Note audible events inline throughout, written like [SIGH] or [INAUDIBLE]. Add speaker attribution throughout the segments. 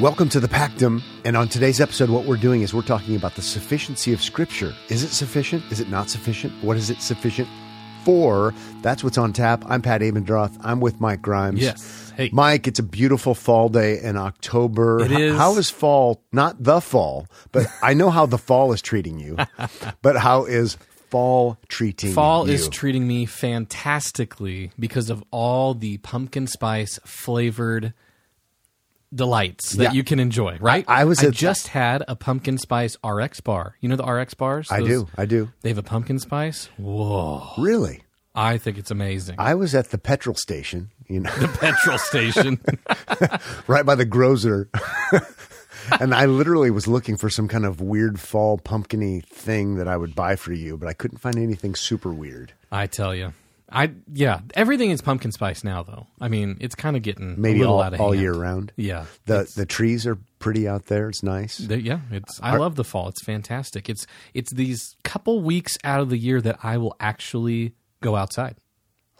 Speaker 1: Welcome to the Pactum. And on today's episode, what we're doing is we're talking about the sufficiency of Scripture. Is it sufficient? Is it not sufficient? What is it sufficient for? That's what's on tap. I'm Pat Abendroth. I'm with Mike Grimes.
Speaker 2: Yes. Hey.
Speaker 1: Mike, it's a beautiful fall day in October.
Speaker 2: It
Speaker 1: H-
Speaker 2: is.
Speaker 1: How is fall, not the fall,
Speaker 2: [LAUGHS]
Speaker 1: but I know how the fall is treating you, but how is fall treating
Speaker 2: Fall
Speaker 1: you?
Speaker 2: is treating me fantastically because of all the pumpkin spice flavored delights that
Speaker 1: Yeah.
Speaker 2: you can enjoy, right?
Speaker 1: I- I was at-
Speaker 2: just had a pumpkin spice RX bar. You know the RX bars?
Speaker 1: I
Speaker 2: Those-
Speaker 1: do. I do.
Speaker 2: They have a pumpkin spice. Whoa.
Speaker 1: Really?
Speaker 2: I think it's amazing.
Speaker 1: I was at the petrol station, you know.
Speaker 2: Petrol station.
Speaker 1: right by the Grocer. [LAUGHS] and I literally was looking for some kind of weird fall pumpkiny thing that I would buy for you, but I couldn't find anything super weird.
Speaker 2: [LAUGHS] I tell you. I yeah, everything is pumpkin spice now though. I mean, it's kind of getting a
Speaker 1: Maybe
Speaker 2: little
Speaker 1: all,
Speaker 2: out of
Speaker 1: all
Speaker 2: hand.
Speaker 1: year round.
Speaker 2: Yeah.
Speaker 1: The the trees are pretty out there. It's nice.
Speaker 2: The- yeah, it's. I love the fall. It's fantastic. It's it's these couple weeks out of the year that I will actually go outside.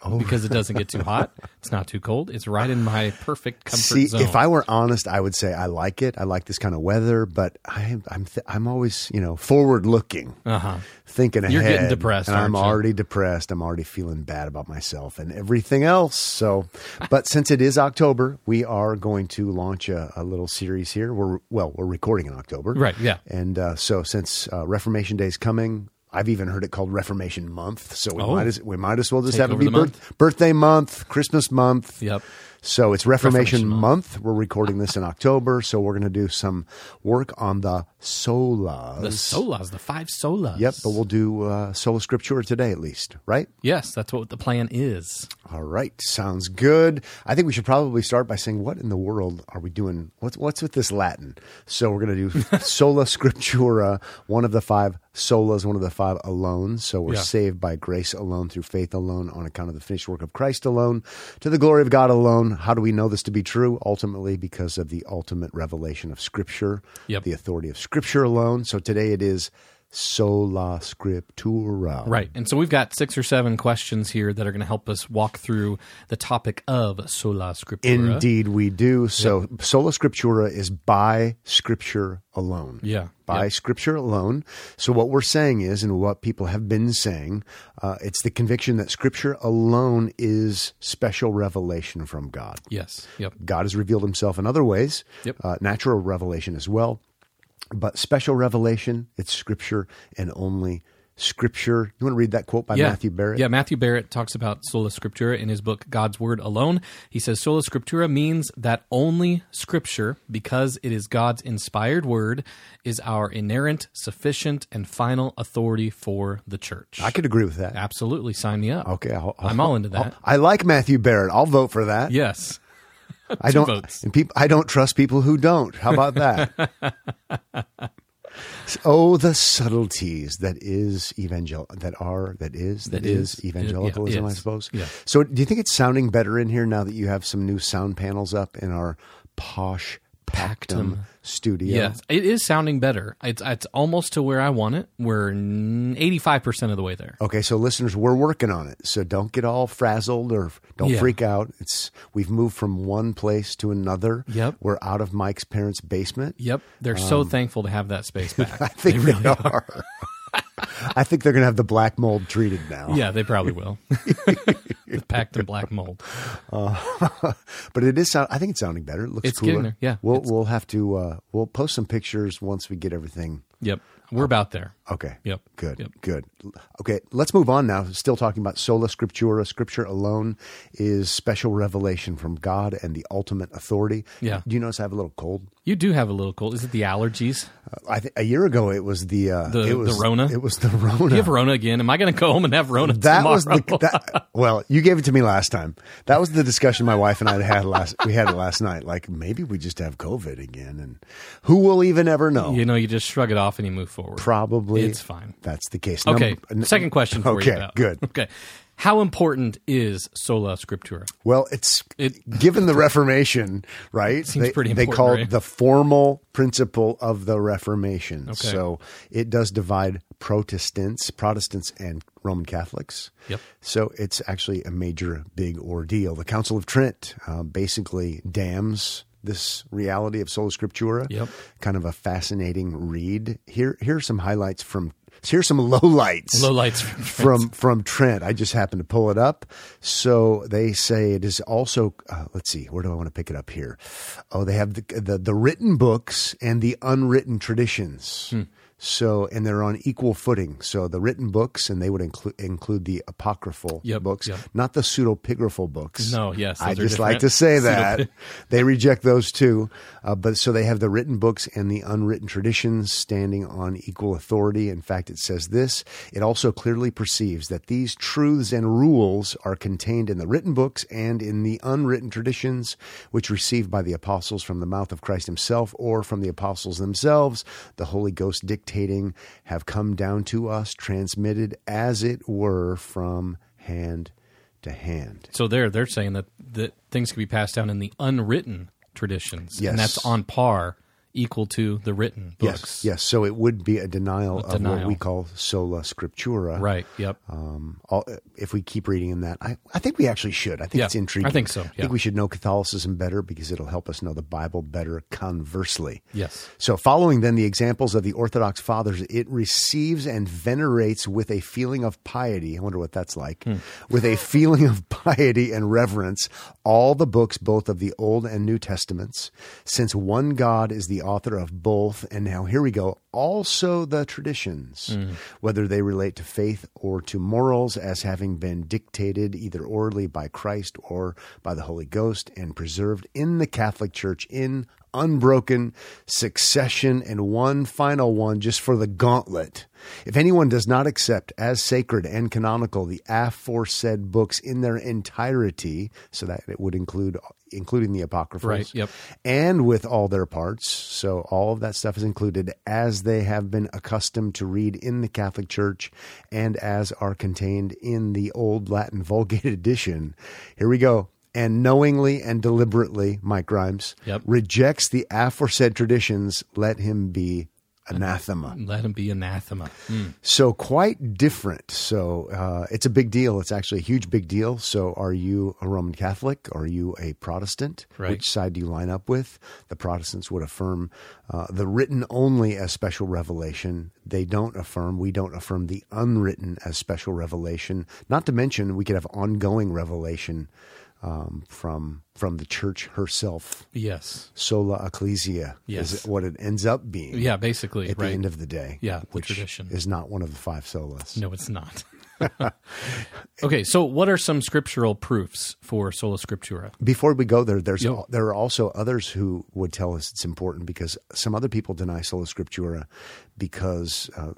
Speaker 1: Oh.
Speaker 2: Because it doesn't get too
Speaker 1: [LAUGHS]
Speaker 2: hot, it's not too cold. It's right in my perfect comfort
Speaker 1: See,
Speaker 2: zone.
Speaker 1: if I were honest, I would say I like it. I like this kind of weather, but I'm I'm th- I'm always you know forward looking, uh-huh. thinking ahead.
Speaker 2: You're getting depressed,
Speaker 1: and I'm
Speaker 2: aren't you?
Speaker 1: already depressed. I'm already feeling bad about myself and everything else. So, but since it is October, we are going to launch a, a little series here. We're well, we're recording in October,
Speaker 2: Right, yeah.
Speaker 1: And uh, so, since uh, Reformation Day is coming. I've even heard it called Reformation Month, so we
Speaker 2: Oh.
Speaker 1: might as we might as well just
Speaker 2: Take
Speaker 1: have it
Speaker 2: over
Speaker 1: be
Speaker 2: the month.
Speaker 1: birth, birthday month, Christmas month,
Speaker 2: Yep.
Speaker 1: so it's Reformation,
Speaker 2: Reformation
Speaker 1: month. We're recording this in October, so we're going to do some work on the solas.
Speaker 2: the solas, the five solas.
Speaker 1: Yep, but we'll do uh, sola scriptura today at least, right?
Speaker 2: yes, that's what the plan is.
Speaker 1: All right, sounds good. I think we should probably start by saying, what in the world are we doing? What's what's with this Latin? So we're
Speaker 2: [LAUGHS]
Speaker 1: going to do sola scriptura, one of the five solas, one of the five alone. So we're
Speaker 2: Yeah.
Speaker 1: saved by grace alone, through faith alone, on account of the finished work of Christ alone, to the glory of God alone. How do we know this to be true? Ultimately, because of the ultimate revelation of Scripture,
Speaker 2: Yep.
Speaker 1: the authority of Scripture alone. So today it is sola scriptura.
Speaker 2: Right. And so we've got six or seven questions here that are going to help us walk through the topic of sola scriptura.
Speaker 1: Indeed, we do. So, sola scriptura is by scripture alone.
Speaker 2: Yeah.
Speaker 1: By scripture alone. So, what we're saying is, and what people have been saying, uh, it's the conviction that scripture alone is special revelation from God.
Speaker 2: Yes. Yep.
Speaker 1: God has revealed himself in other ways,
Speaker 2: Yep.
Speaker 1: uh, natural revelation as well. But special revelation, it's scripture and only scripture. You want to read that quote by Matthew Barrett?
Speaker 2: Yeah, Matthew Barrett talks about sola scriptura in his book God's Word Alone. He says sola scriptura means that only scripture, because it is God's inspired word, is our inerrant, sufficient, and final authority for the church.
Speaker 1: I could agree with that.
Speaker 2: Absolutely sign me up.
Speaker 1: Okay, I'll,
Speaker 2: I'm all into that.
Speaker 1: I like Matthew Barrett. I'll vote for that.
Speaker 2: yes.
Speaker 1: I don't.
Speaker 2: votes.
Speaker 1: And people, I don't trust people who don't. How about that?
Speaker 2: [LAUGHS]
Speaker 1: oh, the subtleties that is evangel that are that is that
Speaker 2: That
Speaker 1: is,
Speaker 2: is.
Speaker 1: evangelicalism.
Speaker 2: Yeah,
Speaker 1: I
Speaker 2: is.
Speaker 1: suppose.
Speaker 2: Yeah.
Speaker 1: So, do you think it's sounding better in here now that you have some new sound panels up in our posh Pactum, studio?
Speaker 2: Yes, it is sounding better. It's it's almost to where I want it. We're 85% of the way there.
Speaker 1: Okay, so listeners, we're working on it. So don't get all frazzled or don't
Speaker 2: Yeah.
Speaker 1: freak out. It's we've moved from one place to another.
Speaker 2: Yep.
Speaker 1: We're out of Mike's parents' basement.
Speaker 2: Yep. They're
Speaker 1: Um.
Speaker 2: so thankful to have that space back.
Speaker 1: [LAUGHS] I think they, are. I think they're going to have the black mold treated now.
Speaker 2: yeah, they probably will. [LAUGHS] Packed in black mold.
Speaker 1: [LAUGHS] But it is sound, I think it's sounding better. It looks
Speaker 2: It's
Speaker 1: cooler.
Speaker 2: getting there, yeah.
Speaker 1: We'll we'll have to uh, we'll post some pictures once we get everything.
Speaker 2: Yep. We're about there.
Speaker 1: Okay.
Speaker 2: Yep.
Speaker 1: Good.
Speaker 2: Yep.
Speaker 1: Good. Okay, let's move on now. Still talking about sola scriptura. Scripture alone is special revelation from God and the ultimate authority.
Speaker 2: Yeah.
Speaker 1: Do you notice I have a little cold?
Speaker 2: You do have a little cold. Is it the allergies?
Speaker 1: I th- a year ago it was the uh,
Speaker 2: The-
Speaker 1: it
Speaker 2: the
Speaker 1: was
Speaker 2: Rona?
Speaker 1: It was the Rona.
Speaker 2: You have Rona again. Am I going to go home and have Rona
Speaker 1: Uh, that
Speaker 2: tomorrow?
Speaker 1: was
Speaker 2: [LAUGHS]
Speaker 1: the that, well you gave it to me last time that was the discussion my wife and i had last we had it last night like maybe we just have covid again and who will even ever know Oh.
Speaker 2: you know, you just shrug it off and you move forward.
Speaker 1: probably Hopefully,
Speaker 2: It's fine.
Speaker 1: That's the case.
Speaker 2: Okay.
Speaker 1: Number-
Speaker 2: Second question for you.
Speaker 1: Okay,
Speaker 2: though.
Speaker 1: good.
Speaker 2: Okay. How important is sola scriptura?
Speaker 1: Well, it's
Speaker 2: It-
Speaker 1: given
Speaker 2: [LAUGHS]
Speaker 1: the Reformation, right?
Speaker 2: Seems
Speaker 1: they,
Speaker 2: pretty
Speaker 1: They
Speaker 2: important,
Speaker 1: call it
Speaker 2: right?
Speaker 1: the formal principle of the Reformation. So it does divide Protestants, Protestants, and Roman Catholics.
Speaker 2: Yep.
Speaker 1: So it's actually a major, big ordeal. The Council of Trent uh, basically dams this reality of sola scriptura.
Speaker 2: Yep.
Speaker 1: Kind of a fascinating read. Here, here are some highlights from. Here's some [LAUGHS] lowlights
Speaker 2: Low lights. [LAUGHS]
Speaker 1: [LAUGHS] from from Trent. I just happened to pull it up. So they say it is also. Uh, let's see, where do I want to pick it up here? Oh, they have the the, the written books and the unwritten traditions.
Speaker 2: Hmm.
Speaker 1: So and they're on equal footing. So the written books and they would include include the apocryphal
Speaker 2: Yep,
Speaker 1: books,
Speaker 2: yep.
Speaker 1: not the pseudepigraphical books.
Speaker 2: No, yes,
Speaker 1: I
Speaker 2: those are
Speaker 1: just like
Speaker 2: different.
Speaker 1: to
Speaker 2: [LAUGHS]
Speaker 1: say that they reject those too. Uh, but so they have the written books and the unwritten traditions standing on equal authority. In fact, it says this it also clearly perceives that these truths and rules are contained in the written books and in the unwritten traditions, which received by the apostles from the mouth of Christ himself or from the apostles themselves, the Holy Ghost dictating, have come down to us, transmitted as it were from hand to hand.
Speaker 2: So there, they're saying that, that things can be passed down in the unwritten traditions,
Speaker 1: Yes.
Speaker 2: and that's on par, equal to the written
Speaker 1: Yes,
Speaker 2: books.
Speaker 1: yes. So it would be a denial of what
Speaker 2: denial.
Speaker 1: we call sola scriptura.
Speaker 2: Right. Yep.
Speaker 1: Um, all, if we keep reading in that, I, I think we actually should. I think
Speaker 2: Yeah,
Speaker 1: it's intriguing.
Speaker 2: I think so,
Speaker 1: I
Speaker 2: yeah.
Speaker 1: think we should know Catholicism better because it'll help us know the Bible better. Conversely,
Speaker 2: Yes.
Speaker 1: so, following then the examples of the Orthodox fathers, it receives and venerates with a feeling of piety. I wonder what that's like. With a feeling of piety and reverence, all the books, both of the Old and New Testaments, since one God is the author of both. And now here we go. Also the traditions, whether they relate to faith or to morals, as having been dictated either orally by Christ or by the Holy Ghost and preserved in the Catholic Church in unbroken succession and one final one just for the gauntlet. If anyone does not accept as sacred and canonical the aforesaid books in their entirety, so that it would include including the apocryphals,
Speaker 2: Right, yep.
Speaker 1: and with all their parts, so all of that stuff is included as they have been accustomed to read in the Catholic Church and as are contained in the old Latin Vulgate [LAUGHS] edition. Here we go. And knowingly and deliberately, Mike Grimes,
Speaker 2: Yep.
Speaker 1: rejects the aforesaid traditions, let him be anathema.
Speaker 2: Let him be anathema. Mm.
Speaker 1: So, quite different. So, uh, it's a big deal. It's actually a huge big deal. So, are you a Roman Catholic? Are you a Protestant?
Speaker 2: Right.
Speaker 1: Which side do you line up with? The Protestants would affirm uh, the written only as special revelation. They don't affirm, we don't affirm the unwritten as special revelation. Not to mention, we could have ongoing revelation um, from from the church herself.
Speaker 2: Yes.
Speaker 1: Sola Ecclesia is
Speaker 2: Yes.
Speaker 1: what it ends up being
Speaker 2: Yeah. Basically.
Speaker 1: at
Speaker 2: right.
Speaker 1: the end of the day.
Speaker 2: Yeah, the
Speaker 1: which
Speaker 2: tradition.
Speaker 1: is not one of the five solas.
Speaker 2: No, it's not. [LAUGHS] okay, so what are some scriptural proofs for sola scriptura?
Speaker 1: Before we go there, there's
Speaker 2: Yep.
Speaker 1: there are also others who would tell us it's important because some other people deny sola scriptura because uh,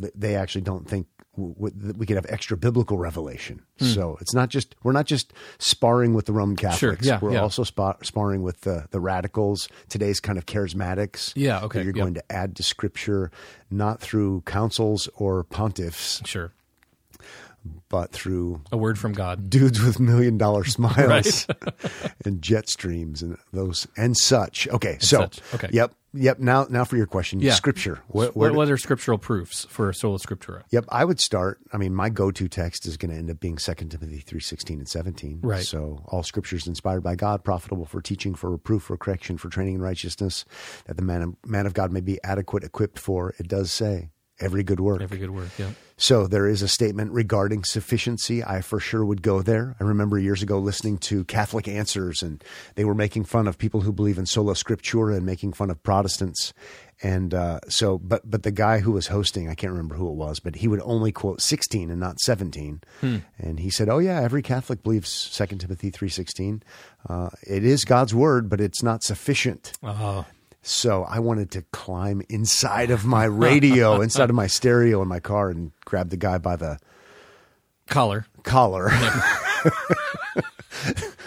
Speaker 1: th- they actually don't think w- w- that we could have extra biblical revelation.
Speaker 2: Hmm.
Speaker 1: So it's not just we're not just sparring with the Roman Catholics.
Speaker 2: yeah,
Speaker 1: we're
Speaker 2: yeah.
Speaker 1: also spa- sparring with the the radicals today's kind of charismatics.
Speaker 2: Yeah,
Speaker 1: that
Speaker 2: okay,
Speaker 1: You're
Speaker 2: yeah.
Speaker 1: going to add to scripture not through councils or pontiffs,
Speaker 2: Sure.
Speaker 1: but through
Speaker 2: A word from God.
Speaker 1: dudes with million
Speaker 2: [LAUGHS]
Speaker 1: dollar smiles [LAUGHS] and jet streams and those and such. Okay, so
Speaker 2: such. Okay.
Speaker 1: yep, yep. Now, now for your question,
Speaker 2: Yeah.
Speaker 1: scripture. Where, where
Speaker 2: What, what are scriptural proofs for sola scriptura?
Speaker 1: Yep, I would start. I mean, my go-to text is going to end up being 2 Timothy 3:16 and 17.
Speaker 2: Right.
Speaker 1: So, all scripture is inspired by God, profitable for teaching, for reproof, for correction, for training in righteousness, that the man of, man of God may be adequate equipped for it does say every good work.
Speaker 2: Every good word. Yeah.
Speaker 1: So there is a statement regarding sufficiency. I for sure would go there. I remember years ago listening to Catholic Answers, and they were making fun of people who believe in sola scriptura and making fun of Protestants. And uh, so, but but the guy who was hosting, I can't remember who it was, but he would only quote sixteen and not seventeen. And he said, "Oh yeah, every Catholic believes Second Timothy three sixteen. Uh, it is God's word, but it's not sufficient." Uh,
Speaker 2: Oh,
Speaker 1: So I wanted to climb inside of my radio, inside of my stereo in my car, and grab the guy by the
Speaker 2: collar.
Speaker 1: collar. [LAUGHS]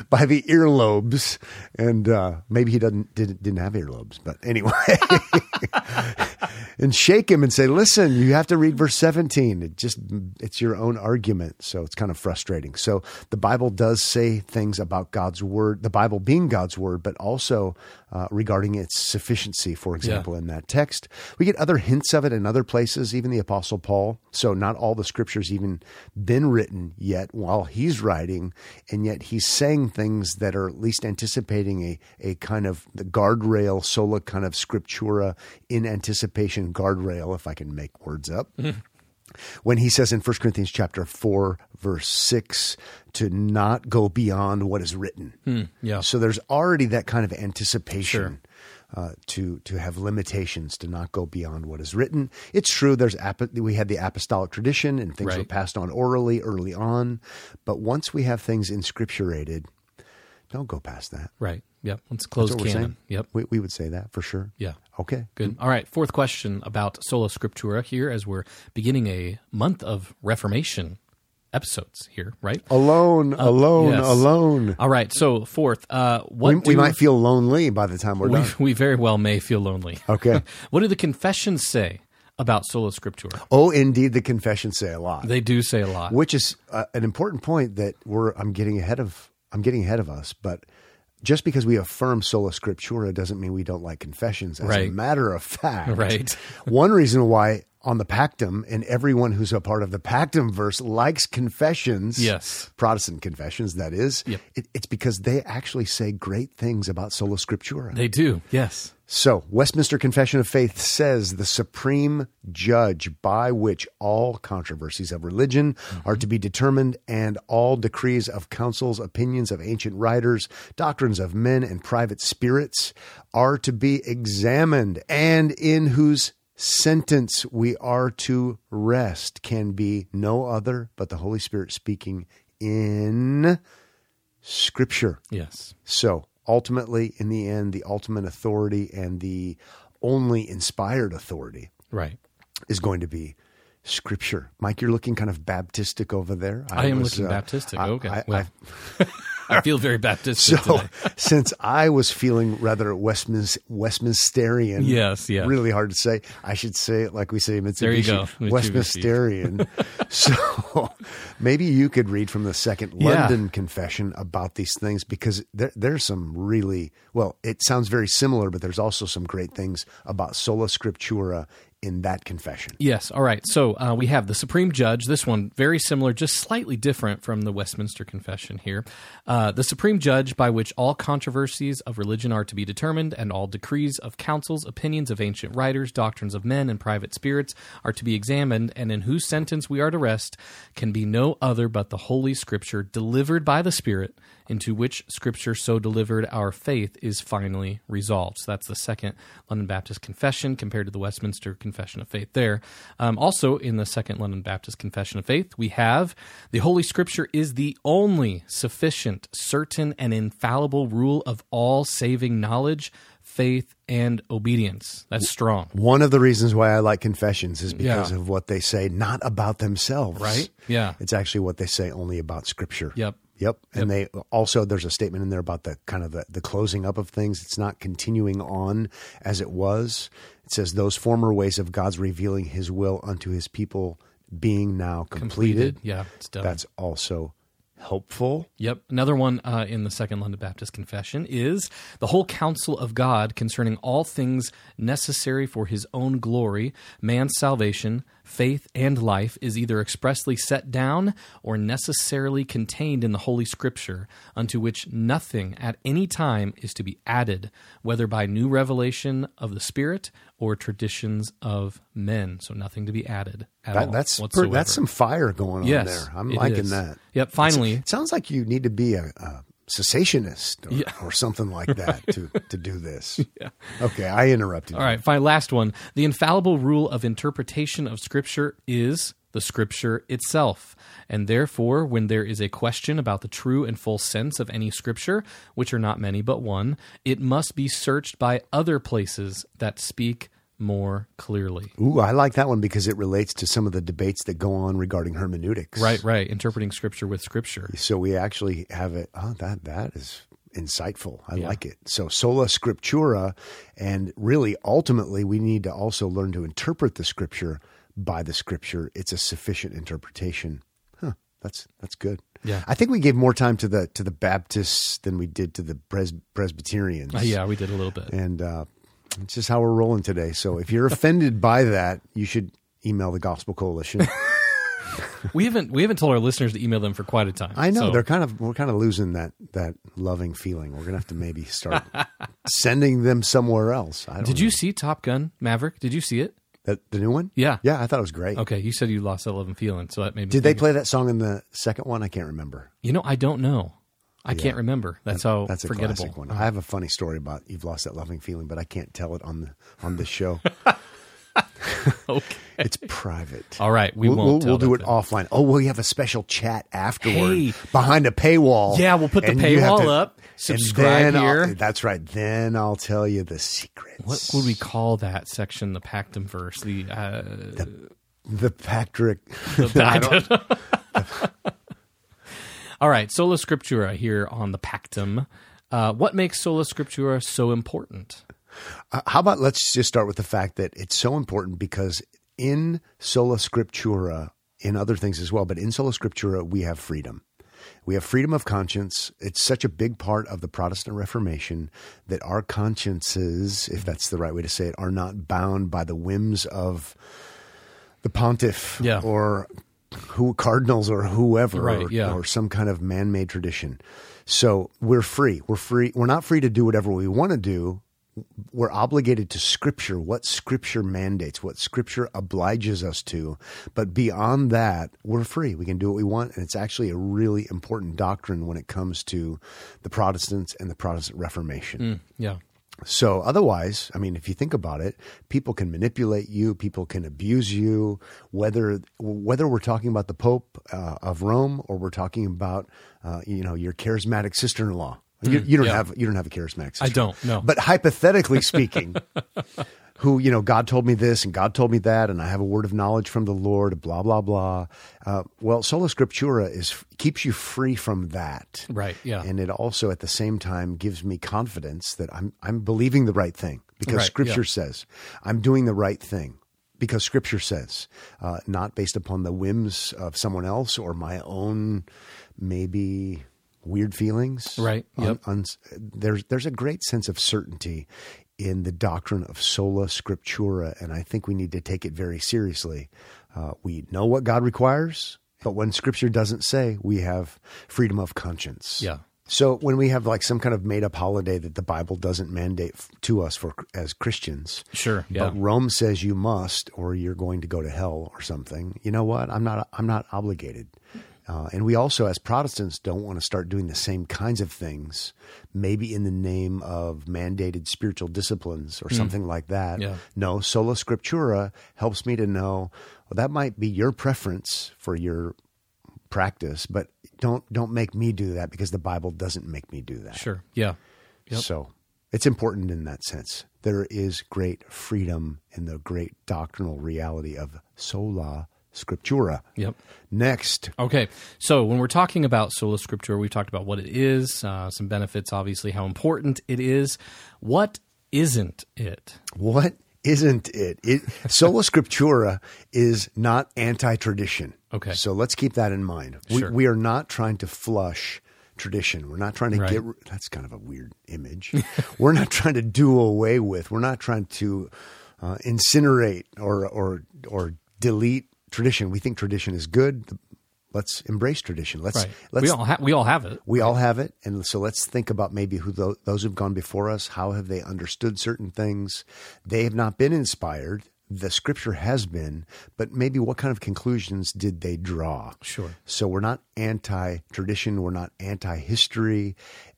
Speaker 1: by the earlobes, and uh, maybe he doesn't didn't, didn't have earlobes, but anyway, [LAUGHS] and shake him and say, "Listen, you have to read verse 17. It just it's your own argument, so it's kind of frustrating." So the Bible does say things about God's word, the Bible being God's word, but also uh, regarding its sufficiency. For example, in that text, we get other hints of it in other places, even the Apostle Paul. So not all the scriptures even been written yet while he's writing, and yet he's saying things that are at least anticipating a a kind of the guardrail sola kind of scriptura in anticipation guardrail, if I can make words up. When he says in 1 Corinthians chapter 4 verse 6 to not go beyond what is written.
Speaker 2: Yeah.
Speaker 1: Uh, So there's already that kind of anticipation uh, to to have limitations, to not go beyond what is written. It's true. There's apo- we had the apostolic tradition, and things were
Speaker 2: Right.
Speaker 1: passed on orally early on, but once we have things inscripturated, don't go past that.
Speaker 2: Right. Yep. It's
Speaker 1: That's
Speaker 2: closed
Speaker 1: what we're saying. Mm.
Speaker 2: canon. Yep.
Speaker 1: we, we would say that for sure.
Speaker 2: Yeah.
Speaker 1: Okay.
Speaker 2: Good. All right. Fourth question about sola scriptura here as we're beginning a month of Reformation episodes here, right?
Speaker 1: Alone, alone,
Speaker 2: Uh, yes.
Speaker 1: alone.
Speaker 2: All right. So fourth, uh, what
Speaker 1: Mm. We, we
Speaker 2: do-
Speaker 1: might feel lonely by the time we're
Speaker 2: [LAUGHS] we,
Speaker 1: done.
Speaker 2: we very well may feel lonely. [LAUGHS]
Speaker 1: Okay.
Speaker 2: What do the confessions say about sola scriptura?
Speaker 1: oh, indeed, the confessions say a lot.
Speaker 2: They do say a lot.
Speaker 1: which is uh, an important point that we're I'm getting ahead of I'm getting ahead of us, but just because we affirm sola scriptura doesn't mean we don't like confessions. As a
Speaker 2: Right.
Speaker 1: matter of fact,
Speaker 2: Right.
Speaker 1: [LAUGHS] one reason why on the Pactum and everyone who's a part of the Pactum verse likes confessions,
Speaker 2: Yes.
Speaker 1: Protestant confessions, that is,
Speaker 2: Yep.
Speaker 1: it, it's because they actually say great things about sola scriptura.
Speaker 2: They do. Yes.
Speaker 1: So, Westminster Confession of Faith says the supreme judge by which all controversies of religion are to be determined, and all decrees of councils, opinions of ancient writers, doctrines of men, and private spirits are to be examined, and in whose sentence we are to rest can be no other but the Holy Spirit speaking in Scripture.
Speaker 2: Yes.
Speaker 1: So ultimately, in the end, the ultimate authority and the only inspired authority
Speaker 2: Right.
Speaker 1: is going to be Scripture. Mike, you're looking kind of Baptistic over there.
Speaker 2: I, am
Speaker 1: was,
Speaker 2: looking
Speaker 1: uh,
Speaker 2: Baptistic.
Speaker 1: I-
Speaker 2: okay.
Speaker 1: I-
Speaker 2: well, [LAUGHS] I, feel very Baptistic
Speaker 1: so
Speaker 2: today.
Speaker 1: [LAUGHS]
Speaker 2: [LAUGHS]
Speaker 1: since I was feeling rather Westminster, Westminsterian,
Speaker 2: Yes, yes.
Speaker 1: really hard to say. I should say it like we say Mitsubishi,
Speaker 2: There you go, Mitsubishi. [LAUGHS]
Speaker 1: Westminsterian. so maybe you could read from the Second
Speaker 2: Yeah.
Speaker 1: London Confession about these things because there, there's some really well. It sounds very similar, but there's also some great things about sola scriptura in that confession.
Speaker 2: Yes. All right. So uh, we have the Supreme Judge. This one very similar, just slightly different from the Westminster Confession here. Uh, the Supreme Judge, by which all controversies of religion are to be determined, and all decrees of councils, opinions of ancient writers, doctrines of men, and private spirits are to be examined, and in whose sentence we are to rest, can be no other but the Holy Scripture delivered by the Spirit, into which Scripture so delivered our faith is finally resolved. So that's the second London Baptist Confession compared to the Westminster Confession of Faith there. Um, also, in the Second London Baptist Confession of Faith, we have the Holy Scripture is the only sufficient, certain, and infallible rule of all saving knowledge, faith, and obedience. That's strong.
Speaker 1: One of the reasons why I like confessions is because
Speaker 2: Yeah.
Speaker 1: of what they say, not about themselves.
Speaker 2: Right? Yeah.
Speaker 1: It's actually what they say only about scripture.
Speaker 2: Yep.
Speaker 1: Yep. And they also there's a statement in there about the kind of the, the closing up of things. It's not continuing on as it was. It says those former ways of God's revealing his will unto his people being now completed.
Speaker 2: Yeah, it's done.
Speaker 1: That's also helpful.
Speaker 2: Yep. Another one uh, in the Second London Baptist Confession is the whole counsel of God concerning all things necessary for his own glory, man's salvation, faith, and life is either expressly set down or necessarily contained in the Holy Scripture, unto which nothing at any time is to be added, whether by new revelation of the Spirit or traditions of men. So nothing to be added at
Speaker 1: That,
Speaker 2: all.
Speaker 1: that's per,
Speaker 2: whatsoever.
Speaker 1: that's some fire going on
Speaker 2: yes,
Speaker 1: there. I'm
Speaker 2: it
Speaker 1: liking
Speaker 2: is.
Speaker 1: that.
Speaker 2: Yep. Finally,
Speaker 1: It sounds like you need to be a, a cessationist or, or something like that to, to do
Speaker 2: [LAUGHS]
Speaker 1: this. Okay, I interrupted.
Speaker 2: All right, fine. Last one. The infallible rule of interpretation of Scripture is the Scripture itself. And therefore, when there is a question about the true and full sense of any Scripture, which are not many but one, it must be searched by other places that speak more clearly.
Speaker 1: Ooh, I like that one because it relates to some of the debates that go on regarding hermeneutics.
Speaker 2: Right, right. Interpreting scripture with scripture.
Speaker 1: So we actually have it. Oh, that that is insightful. I like it. So sola scriptura, and really, ultimately, we need to also learn to interpret the scripture by the scripture. It's a sufficient interpretation. Huh. That's that's good.
Speaker 2: Yeah.
Speaker 1: I think we gave more time to the to the Baptists than we did to the Pres- Presbyterians.
Speaker 2: Uh, yeah, we did a little bit.
Speaker 1: And uh, it's just how we're rolling today. So if you're offended by that, you should email the Gospel Coalition.
Speaker 2: We haven't we haven't told our listeners to email them for quite a time.
Speaker 1: I know
Speaker 2: So,
Speaker 1: they're kind of we're kind of losing that that loving feeling. We're gonna have to maybe
Speaker 2: [LAUGHS]
Speaker 1: start sending them somewhere else. I don't
Speaker 2: Did you see Top Gun Maverick? Did you see it?
Speaker 1: that, the new one?
Speaker 2: Yeah.
Speaker 1: yeah. I thought it was great.
Speaker 2: Okay, you said you lost that love and feeling, so that made me
Speaker 1: Did they
Speaker 2: think-
Speaker 1: play that song in the second one? I can't remember.
Speaker 2: You know, I don't know. I can't remember. That's how
Speaker 1: That's a
Speaker 2: Oh, forgettable. Uh-huh.
Speaker 1: classic one. I have a funny story about you've lost that loving feeling, but I can't tell it on the on this
Speaker 2: [LAUGHS]
Speaker 1: show.
Speaker 2: Okay.
Speaker 1: it's private.
Speaker 2: All right, we
Speaker 1: we'll,
Speaker 2: won't
Speaker 1: we'll,
Speaker 2: tell
Speaker 1: we'll do
Speaker 2: that
Speaker 1: it
Speaker 2: then.
Speaker 1: offline. Oh, we have a special chat afterward
Speaker 2: Hey.
Speaker 1: behind a paywall.
Speaker 2: Yeah, we'll put the
Speaker 1: And you have
Speaker 2: paywall up.
Speaker 1: and
Speaker 2: Subscribe
Speaker 1: then I'll-
Speaker 2: here.
Speaker 1: that's right. Then I'll tell you the secrets.
Speaker 2: What would we call that section? The Pactum verse. The, uh,
Speaker 1: The Patrick. [LAUGHS]
Speaker 2: the- I don't [LAUGHS] All right, sola scriptura here on the Pactum. Uh, what makes sola scriptura so important?
Speaker 1: Uh, How about let's just start with the fact that it's so important because in sola scriptura, in other things as well, but in sola scriptura, we have freedom. We have freedom of conscience. It's such a big part of the Protestant Reformation that our consciences, if that's the right way to say it, are not bound by the whims of the pontiff
Speaker 2: Yeah.
Speaker 1: or who cardinals or whoever
Speaker 2: Right,
Speaker 1: or,
Speaker 2: yeah.
Speaker 1: or some kind of man-made tradition. So we're free. We're free. We're not free to do whatever we want to do. We're obligated to scripture, what scripture mandates, what scripture obliges us to. But beyond that, we're free. We can do what we want. And it's actually a really important doctrine when it comes to the Protestants and the Protestant Reformation.
Speaker 2: Hmm, Yeah.
Speaker 1: So otherwise, I mean, if you think about it, people can manipulate you, people can abuse you. Whether whether we're talking about the Pope uh, of Rome or we're talking about uh, you know your charismatic sister in law, you, you don't
Speaker 2: Hmm, yeah.
Speaker 1: have you don't have a charismatic. Sister.
Speaker 2: I don't, no.
Speaker 1: But hypothetically speaking,
Speaker 2: [LAUGHS]
Speaker 1: who you know God told me this and God told me that, and I have a word of knowledge from the Lord, blah blah blah. Uh, well, sola scriptura is keeps you free from that,
Speaker 2: Right, yeah.
Speaker 1: and it also at the same time gives me confidence that I'm I'm believing the right thing because
Speaker 2: Right,
Speaker 1: Scripture says I'm doing the right thing because Scripture says, uh, not based upon the whims of someone else or my own maybe weird feelings.
Speaker 2: Right, yep.
Speaker 1: uns- there's there's a great sense of certainty in the doctrine of sola scriptura, and I think we need to take it very seriously. Uh, we know what God requires, but when Scripture doesn't say, we have freedom of conscience.
Speaker 2: Yeah.
Speaker 1: So when we have like some kind of made up holiday that the Bible doesn't mandate f- to us for as Christians,
Speaker 2: Sure. Yeah.
Speaker 1: but Rome says you must, or you're going to go to hell or something. You know what? I'm not. I'm not obligated. Uh, and we also, as Protestants, don't want to start doing the same kinds of things, maybe in the name of mandated spiritual disciplines or something like that.
Speaker 2: Hmm. Yeah.
Speaker 1: No, sola scriptura helps me to know well, that might be your preference for your practice, but don't don't make me do that because the Bible doesn't make me do that.
Speaker 2: Sure. Yeah. Yep.
Speaker 1: So it's important in that sense. There is great freedom in the great doctrinal reality of sola scriptura.
Speaker 2: Yep.
Speaker 1: Next,
Speaker 2: Okay, so when we're talking about sola scriptura, we've talked about what it is, uh, some benefits, obviously, how important it is. What isn't it?
Speaker 1: what isn't it? it sola scriptura is not anti tradition.
Speaker 2: Okay.
Speaker 1: So let's keep that in mind. We,
Speaker 2: Sure.
Speaker 1: we are not trying to flush tradition. We're not trying to
Speaker 2: Right.
Speaker 1: get. ri- That's kind of a weird image. [LAUGHS] we're not trying to do away with. We're not trying to uh, incinerate or or or delete tradition. We think tradition is good. Let's embrace tradition. Let's
Speaker 2: Right.
Speaker 1: let's
Speaker 2: we all ha- we all have it.
Speaker 1: we all have it, and so let's think about maybe who tho- those who've gone before us. How have they understood certain things? They have not been inspired. The Scripture has been, but maybe what kind of conclusions did they draw?
Speaker 2: Sure.
Speaker 1: So we're not anti-tradition. We're not anti-history.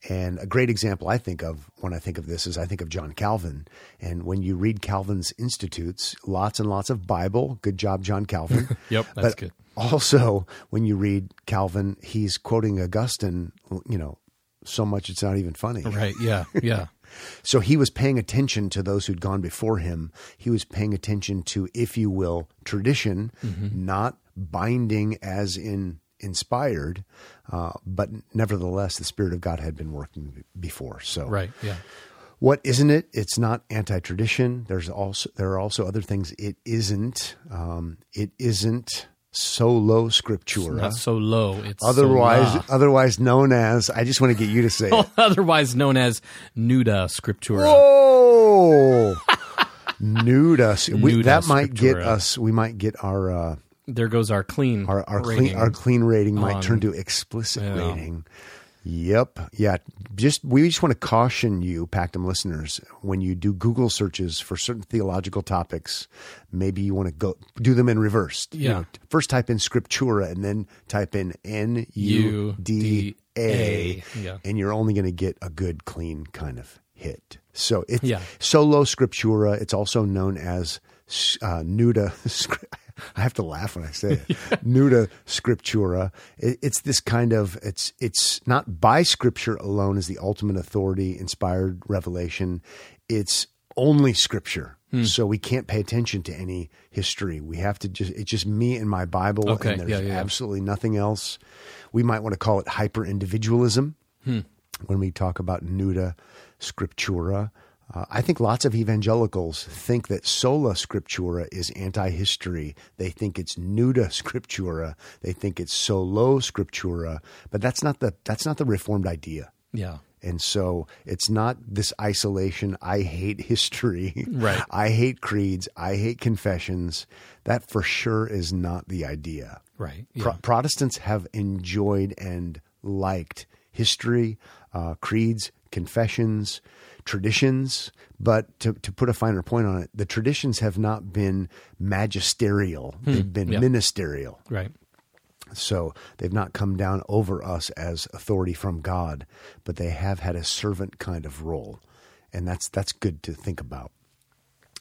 Speaker 1: And a great example I think of when I think of this is I think of John Calvin. And when you read Calvin's Institutes, lots and lots of Bible. Good job, John Calvin.
Speaker 2: Yep, that's
Speaker 1: But
Speaker 2: good.
Speaker 1: also when you read Calvin, he's quoting Augustine, you know, so much it's not even funny.
Speaker 2: Right. Yeah. Yeah. [LAUGHS]
Speaker 1: So he was paying attention to those who'd gone before him. He was paying attention to, if you will, tradition,
Speaker 2: Mm-hmm.
Speaker 1: not binding as in inspired, uh, but nevertheless, the Spirit of God had been working b- before. So,
Speaker 2: right. Yeah.
Speaker 1: what isn't it? It's not anti-tradition. There's also there are also other things it isn't. Um, it isn't solo scriptura,
Speaker 2: Not so low. It's
Speaker 1: Uh-huh. otherwise
Speaker 2: sola.
Speaker 1: otherwise known as. I just want to get you to say it.
Speaker 2: [LAUGHS] otherwise known as nuda scriptura.
Speaker 1: Oh,
Speaker 2: [LAUGHS]
Speaker 1: nude us. We,
Speaker 2: Nude
Speaker 1: that
Speaker 2: us,
Speaker 1: might get
Speaker 2: scriptura.
Speaker 1: us. We might get our uh,
Speaker 2: There goes our clean.
Speaker 1: our, our clean
Speaker 2: rating.
Speaker 1: our clean rating might turn to explicit rating. Yep. Yeah. Just we just want to caution you, Pactum listeners, when you do Google searches for certain theological topics, maybe you want to go do them in reverse. You
Speaker 2: Yeah.
Speaker 1: know, first type in scriptura and then type in N U D A
Speaker 2: U-D-A. Yeah.
Speaker 1: and you're only going to get a good, clean kind of hit. So it's
Speaker 2: Yeah.
Speaker 1: solo scriptura. It's also known as uh, nuda. scr- I have to laugh when I say
Speaker 2: [LAUGHS]
Speaker 1: it. Nuda scriptura. It, it's this kind of it's it's not by scripture alone is the ultimate authority, inspired revelation. It's only scripture.
Speaker 2: Hmm.
Speaker 1: So we can't pay attention to any history. We have to just it's just me and my Bible
Speaker 2: Okay,
Speaker 1: and there's
Speaker 2: yeah, yeah, yeah.
Speaker 1: absolutely nothing else. We might want to call it hyper individualism
Speaker 2: Hmm.
Speaker 1: when we talk about nuda scriptura. Uh, I think lots of evangelicals think that sola scriptura is anti history. They think it's nuda scriptura. They think it's solo scriptura. But that's not the, that's not the reformed idea.
Speaker 2: Yeah.
Speaker 1: And so it's not this isolation. I hate history.
Speaker 2: Right.
Speaker 1: [LAUGHS] I hate creeds. I hate confessions. That for sure is not the idea.
Speaker 2: Right. Yeah.
Speaker 1: Pro- Protestants have enjoyed and liked history, uh, creeds, confessions, traditions. But to, to put a finer point on it, the traditions have not been magisterial, they've been
Speaker 2: Hmm. yeah.
Speaker 1: ministerial.
Speaker 2: right.
Speaker 1: So they've not come down over us as authority from God, but they have had a servant kind of role. And that's that's good to think about.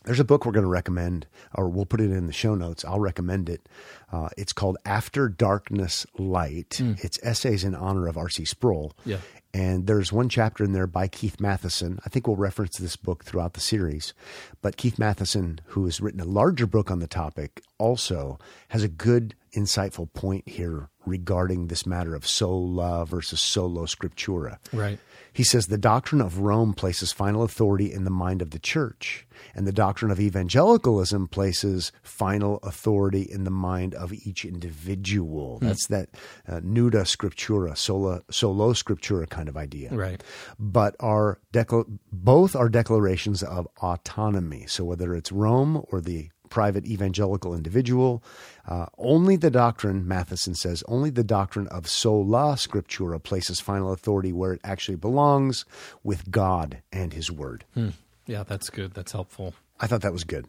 Speaker 1: There's a book we're going to recommend, or we'll put it in the show notes. I'll recommend it. Uh, it's called After Darkness Light. It's essays in honor of R.C. Sproul.
Speaker 2: Yeah.
Speaker 1: And there's one chapter in there by Keith Matheson. I think we'll reference this book throughout the series. But Keith Matheson, who has written a larger book on the topic, also has a good, insightful point here regarding this matter of sola versus solo scriptura.
Speaker 2: Right.
Speaker 1: He says the doctrine of Rome places final authority in the mind of the church, and the doctrine of evangelicalism places final authority in the mind of each individual. That's that uh, nuda scriptura, sola, solo scriptura kind of idea
Speaker 2: Right.
Speaker 1: but are decla- both are declarations of autonomy. So whether it's Rome or the private evangelical individual, uh, only the doctrine, Matheson says, only the doctrine of sola scriptura places final authority where it actually belongs with God and his word.
Speaker 2: Yeah. That's good. That's helpful.
Speaker 1: I thought that was good.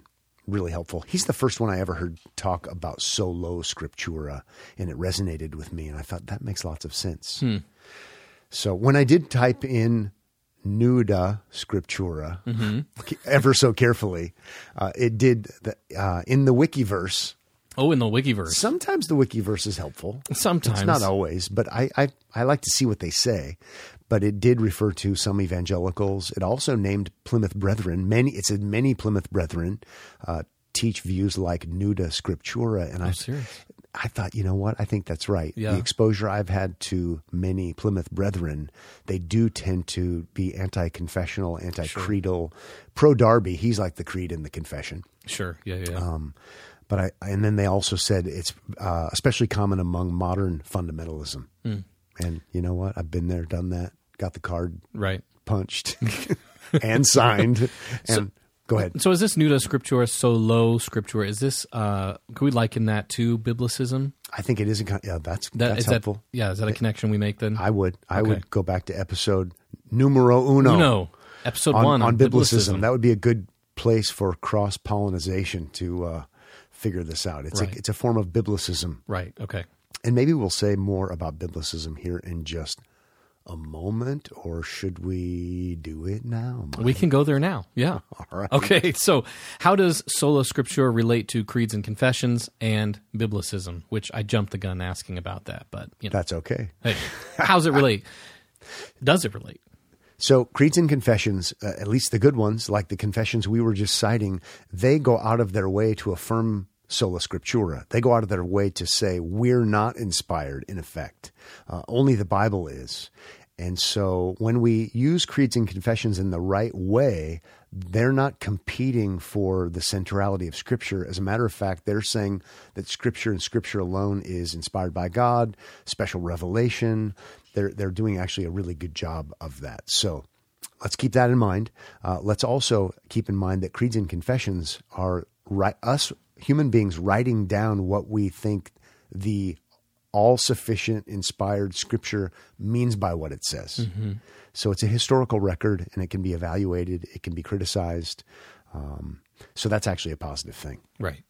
Speaker 1: Really helpful. He's the first one I ever heard talk about solo scriptura, and it resonated with me. And I thought that makes lots of sense. So when I did type in nuda scriptura ever so carefully, uh, it did the, uh, in the Wikiverse.
Speaker 2: Oh, in the Wikiverse.
Speaker 1: Sometimes the Wikiverse is helpful.
Speaker 2: Sometimes.
Speaker 1: It's not always, but I, I, I like to see what they say. But it did refer to some evangelicals. It also named Plymouth Brethren. Many it said many Plymouth Brethren uh, teach views like nuda scriptura, and I
Speaker 2: Oh, serious?
Speaker 1: I thought, you know what? I think that's right.
Speaker 2: Yeah.
Speaker 1: The exposure I've had to many Plymouth Brethren, they do tend to be anti-confessional, anti-creedal, pro Darby. He's like the creed and the confession.
Speaker 2: Sure. Yeah. Yeah.
Speaker 1: Um, but I, and then they also said it's uh, especially common among modern fundamentalism.
Speaker 2: Hmm.
Speaker 1: And you know what? I've been there, done that, got the card
Speaker 2: right.
Speaker 1: punched [LAUGHS] and signed. And go ahead.
Speaker 2: So is this nuda scriptura solo scriptura? Is this uh could we liken that to biblicism?
Speaker 1: I think it is a kind. Yeah, that's
Speaker 2: That,
Speaker 1: that's
Speaker 2: is
Speaker 1: helpful.
Speaker 2: that yeah, is that a connection we make then?
Speaker 1: I would I
Speaker 2: Okay.
Speaker 1: would go back to episode numero uno,
Speaker 2: no. Episode
Speaker 1: on,
Speaker 2: one
Speaker 1: on biblicism. That would be a good place for cross pollination to uh, figure this out. It's
Speaker 2: Right.
Speaker 1: a, it's a form of biblicism.
Speaker 2: Right. Okay.
Speaker 1: And maybe we'll say more about biblicism here in just a moment, or should we do it now? Mike?
Speaker 2: We can go there now. Yeah.
Speaker 1: [LAUGHS] All right.
Speaker 2: Okay. So, how does sola scriptura relate to creeds and confessions and biblicism? Which I jumped the gun asking about that, but you know,
Speaker 1: That's okay.
Speaker 2: hey, how's it relate? Does it relate?
Speaker 1: So, creeds and confessions, uh, at least the good ones, like the confessions we were just citing, they go out of their way to affirm sola scriptura. They go out of their way to say, we're not inspired, in effect. Uh, only the Bible is. And so, when we use creeds and confessions in the right way, they're not competing for the centrality of Scripture. As a matter of fact, they're saying that Scripture and Scripture alone is inspired by God, special revelation. They're, they're doing actually a really good job of that. So let's keep that in mind. Uh, let's also keep in mind that creeds and confessions are ri- us human beings writing down what we think the all sufficient, inspired scripture means by what it says. So it's a historical record and it can be evaluated, it can be criticized. Um, so that's actually a positive thing.
Speaker 2: Right.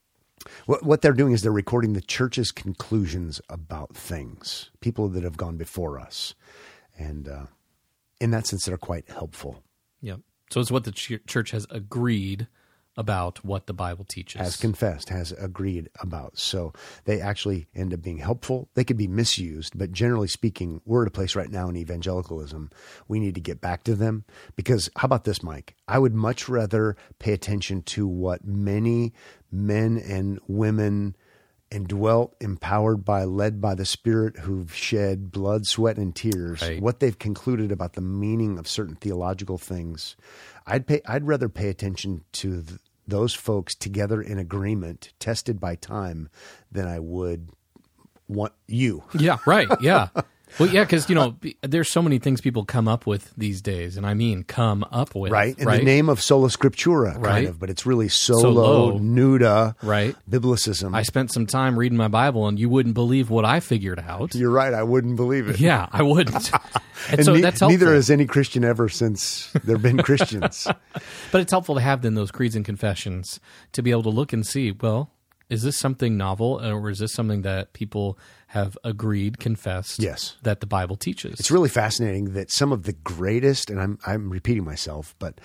Speaker 1: What, what they're doing is they're recording the church's conclusions about things, people that have gone before us. And uh, in that sense, they're quite helpful.
Speaker 2: Yep. So it's what the ch- church has agreed about what the Bible teaches.
Speaker 1: has confessed, has agreed about. So they actually end up being helpful. They could be misused, but generally speaking, we're at a place right now in evangelicalism. We need to get back to them because how about this, Mike? I would much rather pay attention to what many men and women indwelt, empowered by, led by the Spirit who've shed blood, sweat, and tears,
Speaker 2: Right.
Speaker 1: what they've concluded about the meaning of certain theological things. I'd pay, I'd rather pay attention to th- those folks together in agreement, tested by time, than I would want you.
Speaker 2: Yeah, right. Yeah. Well, yeah, because you know, be- there's so many things people come up with these days, and I mean, come up with,
Speaker 1: Right in
Speaker 2: right,
Speaker 1: the name of sola scriptura, kind
Speaker 2: Right.
Speaker 1: of, but it's really solo,
Speaker 2: Solo.
Speaker 1: nuda
Speaker 2: right.
Speaker 1: biblicism.
Speaker 2: I spent some time reading my Bible, and you wouldn't believe what I figured out.
Speaker 1: You're right. I wouldn't believe it.
Speaker 2: Yeah, I wouldn't. And,
Speaker 1: [LAUGHS] And
Speaker 2: so
Speaker 1: ne-
Speaker 2: that's helpful.
Speaker 1: neither has any Christian ever since there've been Christians.
Speaker 2: [LAUGHS] but it's helpful to have then those creeds and confessions to be able to look and see. Well, is this something novel, uh, or is this something that people have agreed, confessed?
Speaker 1: Yes.
Speaker 2: that the Bible teaches.
Speaker 1: It's really fascinating that some of the greatest, and I'm, I'm repeating myself, but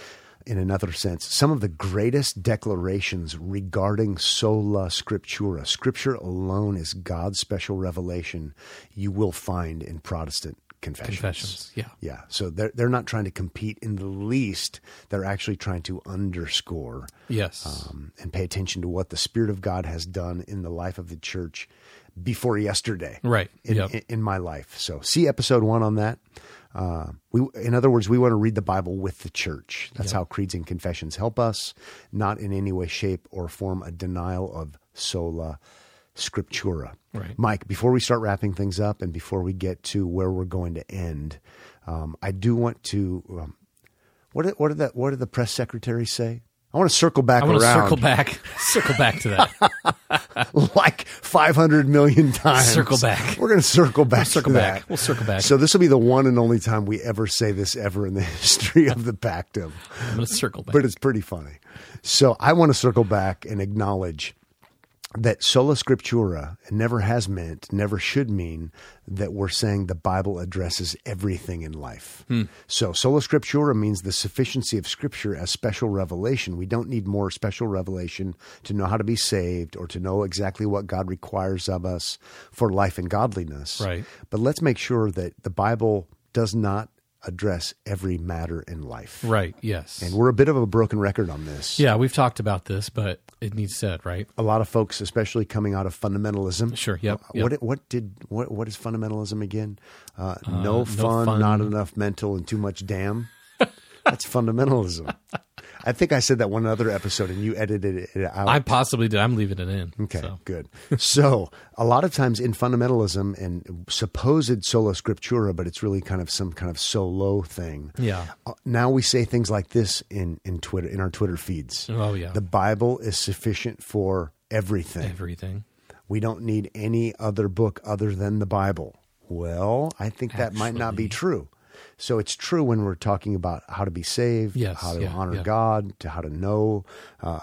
Speaker 1: in another sense, some of the greatest declarations regarding sola scriptura, scripture alone is God's special revelation, you will find in Protestant confessions.
Speaker 2: confessions. Yeah,
Speaker 1: Yeah. So they're, they're not trying to compete in the least. They're actually trying to underscore
Speaker 2: yes,
Speaker 1: um, and pay attention to what the Spirit of God has done in the life of the church before yesterday
Speaker 2: right.
Speaker 1: Um, in,
Speaker 2: Yep.
Speaker 1: in, in my life. So see episode one on that. Uh, we, in other words, we want to read the Bible with the church. That's how creeds and confessions help us, not in any way, shape, or form a denial of sola scriptura.
Speaker 2: Right.
Speaker 1: Mike, before we start wrapping things up and before we get to where we're going to end, um, I do want to. Um, what did, what did that? What did the press secretary say? I want to circle back
Speaker 2: I want to
Speaker 1: around
Speaker 2: circle back, [LAUGHS] circle back to that.
Speaker 1: [LAUGHS] like 500 million times.
Speaker 2: Circle back.
Speaker 1: We're going to circle back.
Speaker 2: circle
Speaker 1: to
Speaker 2: back.
Speaker 1: that.
Speaker 2: We'll circle back.
Speaker 1: So this will be the one and only time we ever say this ever in the [LAUGHS] history of the Pactum,
Speaker 2: I'm going to circle back.
Speaker 1: but it's pretty funny. So I want to circle back and acknowledge that sola scriptura never has meant, never should mean that we're saying the Bible addresses everything in life. So sola scriptura means the sufficiency of scripture as special revelation. We don't need more special revelation to know how to be saved or to know exactly what God requires of us for life and godliness.
Speaker 2: Right.
Speaker 1: But let's make sure that the Bible does not address every matter in life.
Speaker 2: right. Yes.
Speaker 1: And we're a bit of a broken record on this.
Speaker 2: yeah, we've talked about this, but it needs said, right?
Speaker 1: a lot of folks, especially coming out of fundamentalism.
Speaker 2: Sure, yep,
Speaker 1: Uh,
Speaker 2: yep.
Speaker 1: What what did what what is fundamentalism again? Uh, no, fun,
Speaker 2: fun.
Speaker 1: not enough mental, and too much
Speaker 2: [LAUGHS]
Speaker 1: damn. That's fundamentalism. I think I said that one other episode, and you edited it out.
Speaker 2: I possibly did. I'm leaving it in.
Speaker 1: Okay,
Speaker 2: So.
Speaker 1: good. So, a lot of times in fundamentalism and supposed sola scriptura, but it's really kind of some kind of solo thing.
Speaker 2: Yeah.
Speaker 1: Uh, Now we say things like this in, in Twitter in our Twitter feeds.
Speaker 2: Oh, yeah.
Speaker 1: The Bible is sufficient for everything.
Speaker 2: Everything.
Speaker 1: We don't need any other book other than the Bible. Well, I think that might not be true. So it's true when we're talking about how to be saved,
Speaker 2: Yes,
Speaker 1: how to
Speaker 2: yeah,
Speaker 1: honor
Speaker 2: yeah.
Speaker 1: God, to how to know uh,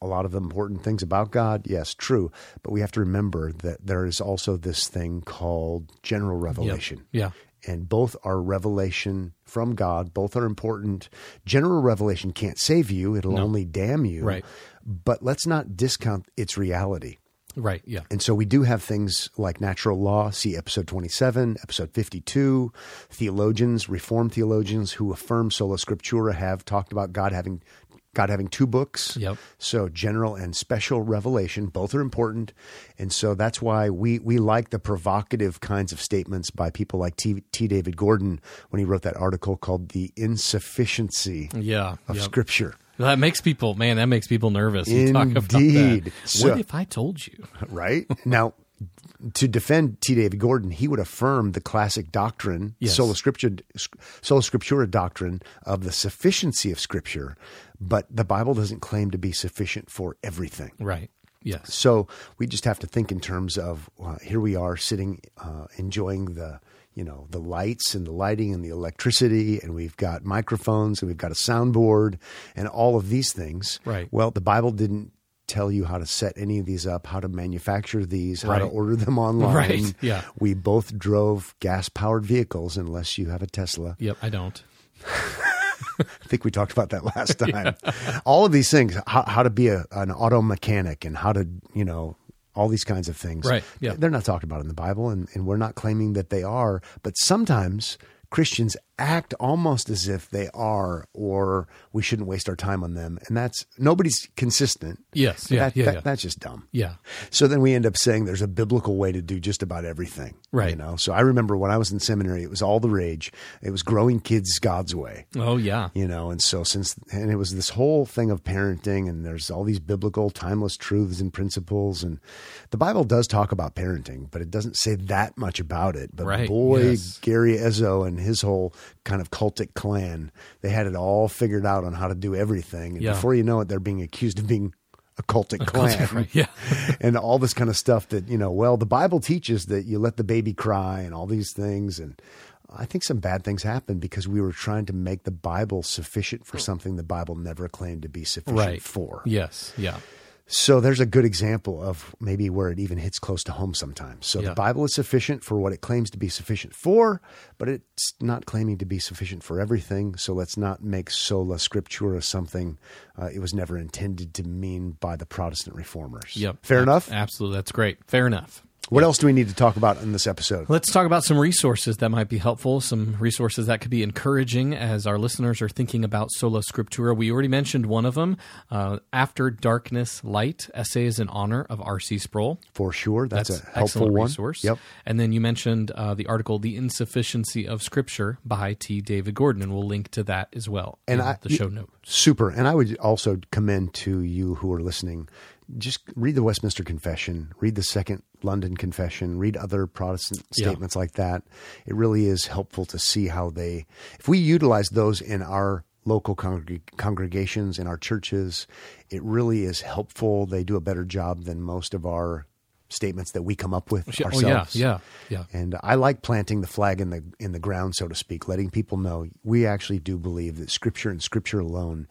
Speaker 1: a lot of the important things about God. Yes, true. But we have to remember that there is also this thing called general
Speaker 2: Yep.
Speaker 1: revelation
Speaker 2: Yeah.
Speaker 1: and both are revelation from God. Both are important. General revelation can't save you, it'll only damn you.
Speaker 2: Right.
Speaker 1: But let's not discount its reality.
Speaker 2: Right. Yeah.
Speaker 1: And so we do have things like natural law, see episode 27, episode 52. Theologians, reformed theologians who affirm sola scriptura have talked about God having God having two books.
Speaker 2: Yep.
Speaker 1: So general and special revelation, both are important. And so that's why we we like the provocative kinds of statements by people like T, T David Gordon when he wrote that article called The Insufficiency
Speaker 2: Yeah.
Speaker 1: of
Speaker 2: yep.
Speaker 1: Scripture.
Speaker 2: That makes people, man, that makes people nervous. You talk about
Speaker 1: Indeed.
Speaker 2: that.
Speaker 1: So-
Speaker 2: what if I told you?
Speaker 1: right? [LAUGHS] now, to defend T. David Gordon, he would affirm the classic doctrine,
Speaker 2: Yes.
Speaker 1: sola, scriptura, sola scriptura doctrine of the sufficiency of Scripture, but the Bible doesn't claim to be sufficient for everything.
Speaker 2: Right. Yes.
Speaker 1: So we just have to think in terms of uh, here we are sitting, uh, enjoying the you know the lights and the lighting and the electricity, and we've got microphones and we've got a soundboard and all of these things.
Speaker 2: Right.
Speaker 1: Well, the Bible didn't tell you how to set any of these up, how to manufacture these, how to
Speaker 2: [LAUGHS] Right.
Speaker 1: order them online.
Speaker 2: Right, yeah.
Speaker 1: We both drove gas powered vehicles, unless you have a Tesla.
Speaker 2: Yep. I don't.
Speaker 1: I think we talked about that [LAUGHS] last time. All of these things, how, how to be a, an auto mechanic and how to, you know, all these kinds of things.
Speaker 2: Right, yeah.
Speaker 1: They're not talked about in the Bible, and, and we're not claiming that they are, but sometimes Christians act almost as if they are, or we shouldn't waste our time on them. And that's nobody's consistent.
Speaker 2: Yes. Yeah.
Speaker 1: That-
Speaker 2: yeah.
Speaker 1: that-
Speaker 2: yeah.
Speaker 1: That's just dumb.
Speaker 2: yeah.
Speaker 1: So then we end up saying there's a biblical way to do just about everything. You
Speaker 2: Right.
Speaker 1: know, so I remember when I was in seminary, it was all the rage. It was growing kids God's way
Speaker 2: Oh, yeah.
Speaker 1: you know and so since and it was this whole thing of parenting and there's all these biblical timeless truths and principles and the bible does talk about parenting but it doesn't say that much about it but
Speaker 2: Right,
Speaker 1: boy
Speaker 2: yes.
Speaker 1: gary ezzo and his whole kind of cultic clan they had it all figured out on how to do everything and
Speaker 2: Yeah.
Speaker 1: before you know it they're being accused of being a cultic clan
Speaker 2: Right. Yeah.
Speaker 1: [LAUGHS] and all this kind of stuff that you know well the bible teaches that you let the baby cry and all these things and i think some bad things happened because we were trying to make the bible sufficient for something the bible never claimed to be sufficient
Speaker 2: Right.
Speaker 1: for
Speaker 2: Yes. Yeah.
Speaker 1: so there's a good example of maybe where it even hits close to home sometimes so the
Speaker 2: Yeah.
Speaker 1: bible is sufficient for what it claims to be sufficient for but it's not claiming to be sufficient for everything so let's not make sola scriptura something uh, it was never intended to mean by the protestant reformers
Speaker 2: Yep.
Speaker 1: fair enough
Speaker 2: Absolutely. That's great. Fair enough.
Speaker 1: what else do we need to talk about in this episode?
Speaker 2: Let's talk about some resources that might be helpful, some resources that could be encouraging as our listeners are thinking about sola scriptura. We already mentioned one of them, uh, After Darkness Light, Essays in Honor of R.C. Sproul.
Speaker 1: For sure, that's, a helpful
Speaker 2: excellent
Speaker 1: one.
Speaker 2: resource.
Speaker 1: Yep.
Speaker 2: And then you mentioned uh, the article "The Insufficiency of Scripture" by T. David Gordon, and we'll link to that as well
Speaker 1: And
Speaker 2: in
Speaker 1: I-
Speaker 2: the show notes.
Speaker 1: Super. And I would also commend to you who are listening just read the Westminster Confession, read the Second London Confession, read other Protestant
Speaker 2: Yeah.
Speaker 1: statements like that. It really is helpful to see how they, if we utilize those in our local congreg- congregations, in our churches, it really is helpful. They do a better job than most of our statements that we come up with
Speaker 2: Oh
Speaker 1: ourselves.
Speaker 2: yeah, yeah, yeah.
Speaker 1: And I like planting the flag in the in the ground, so to speak, letting people know we actually do believe that Scripture and Scripture alone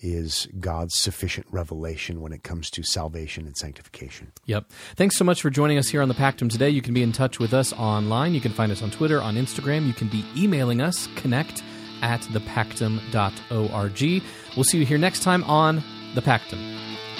Speaker 1: is God's sufficient revelation when it comes to salvation and sanctification.
Speaker 2: Yep. Thanks so much for joining us here on the Pactum today. You can be in touch with us online. You can find us on Twitter, on Instagram. You can be emailing us, connect at thepactum.org. We'll see you here next time on The Pactum.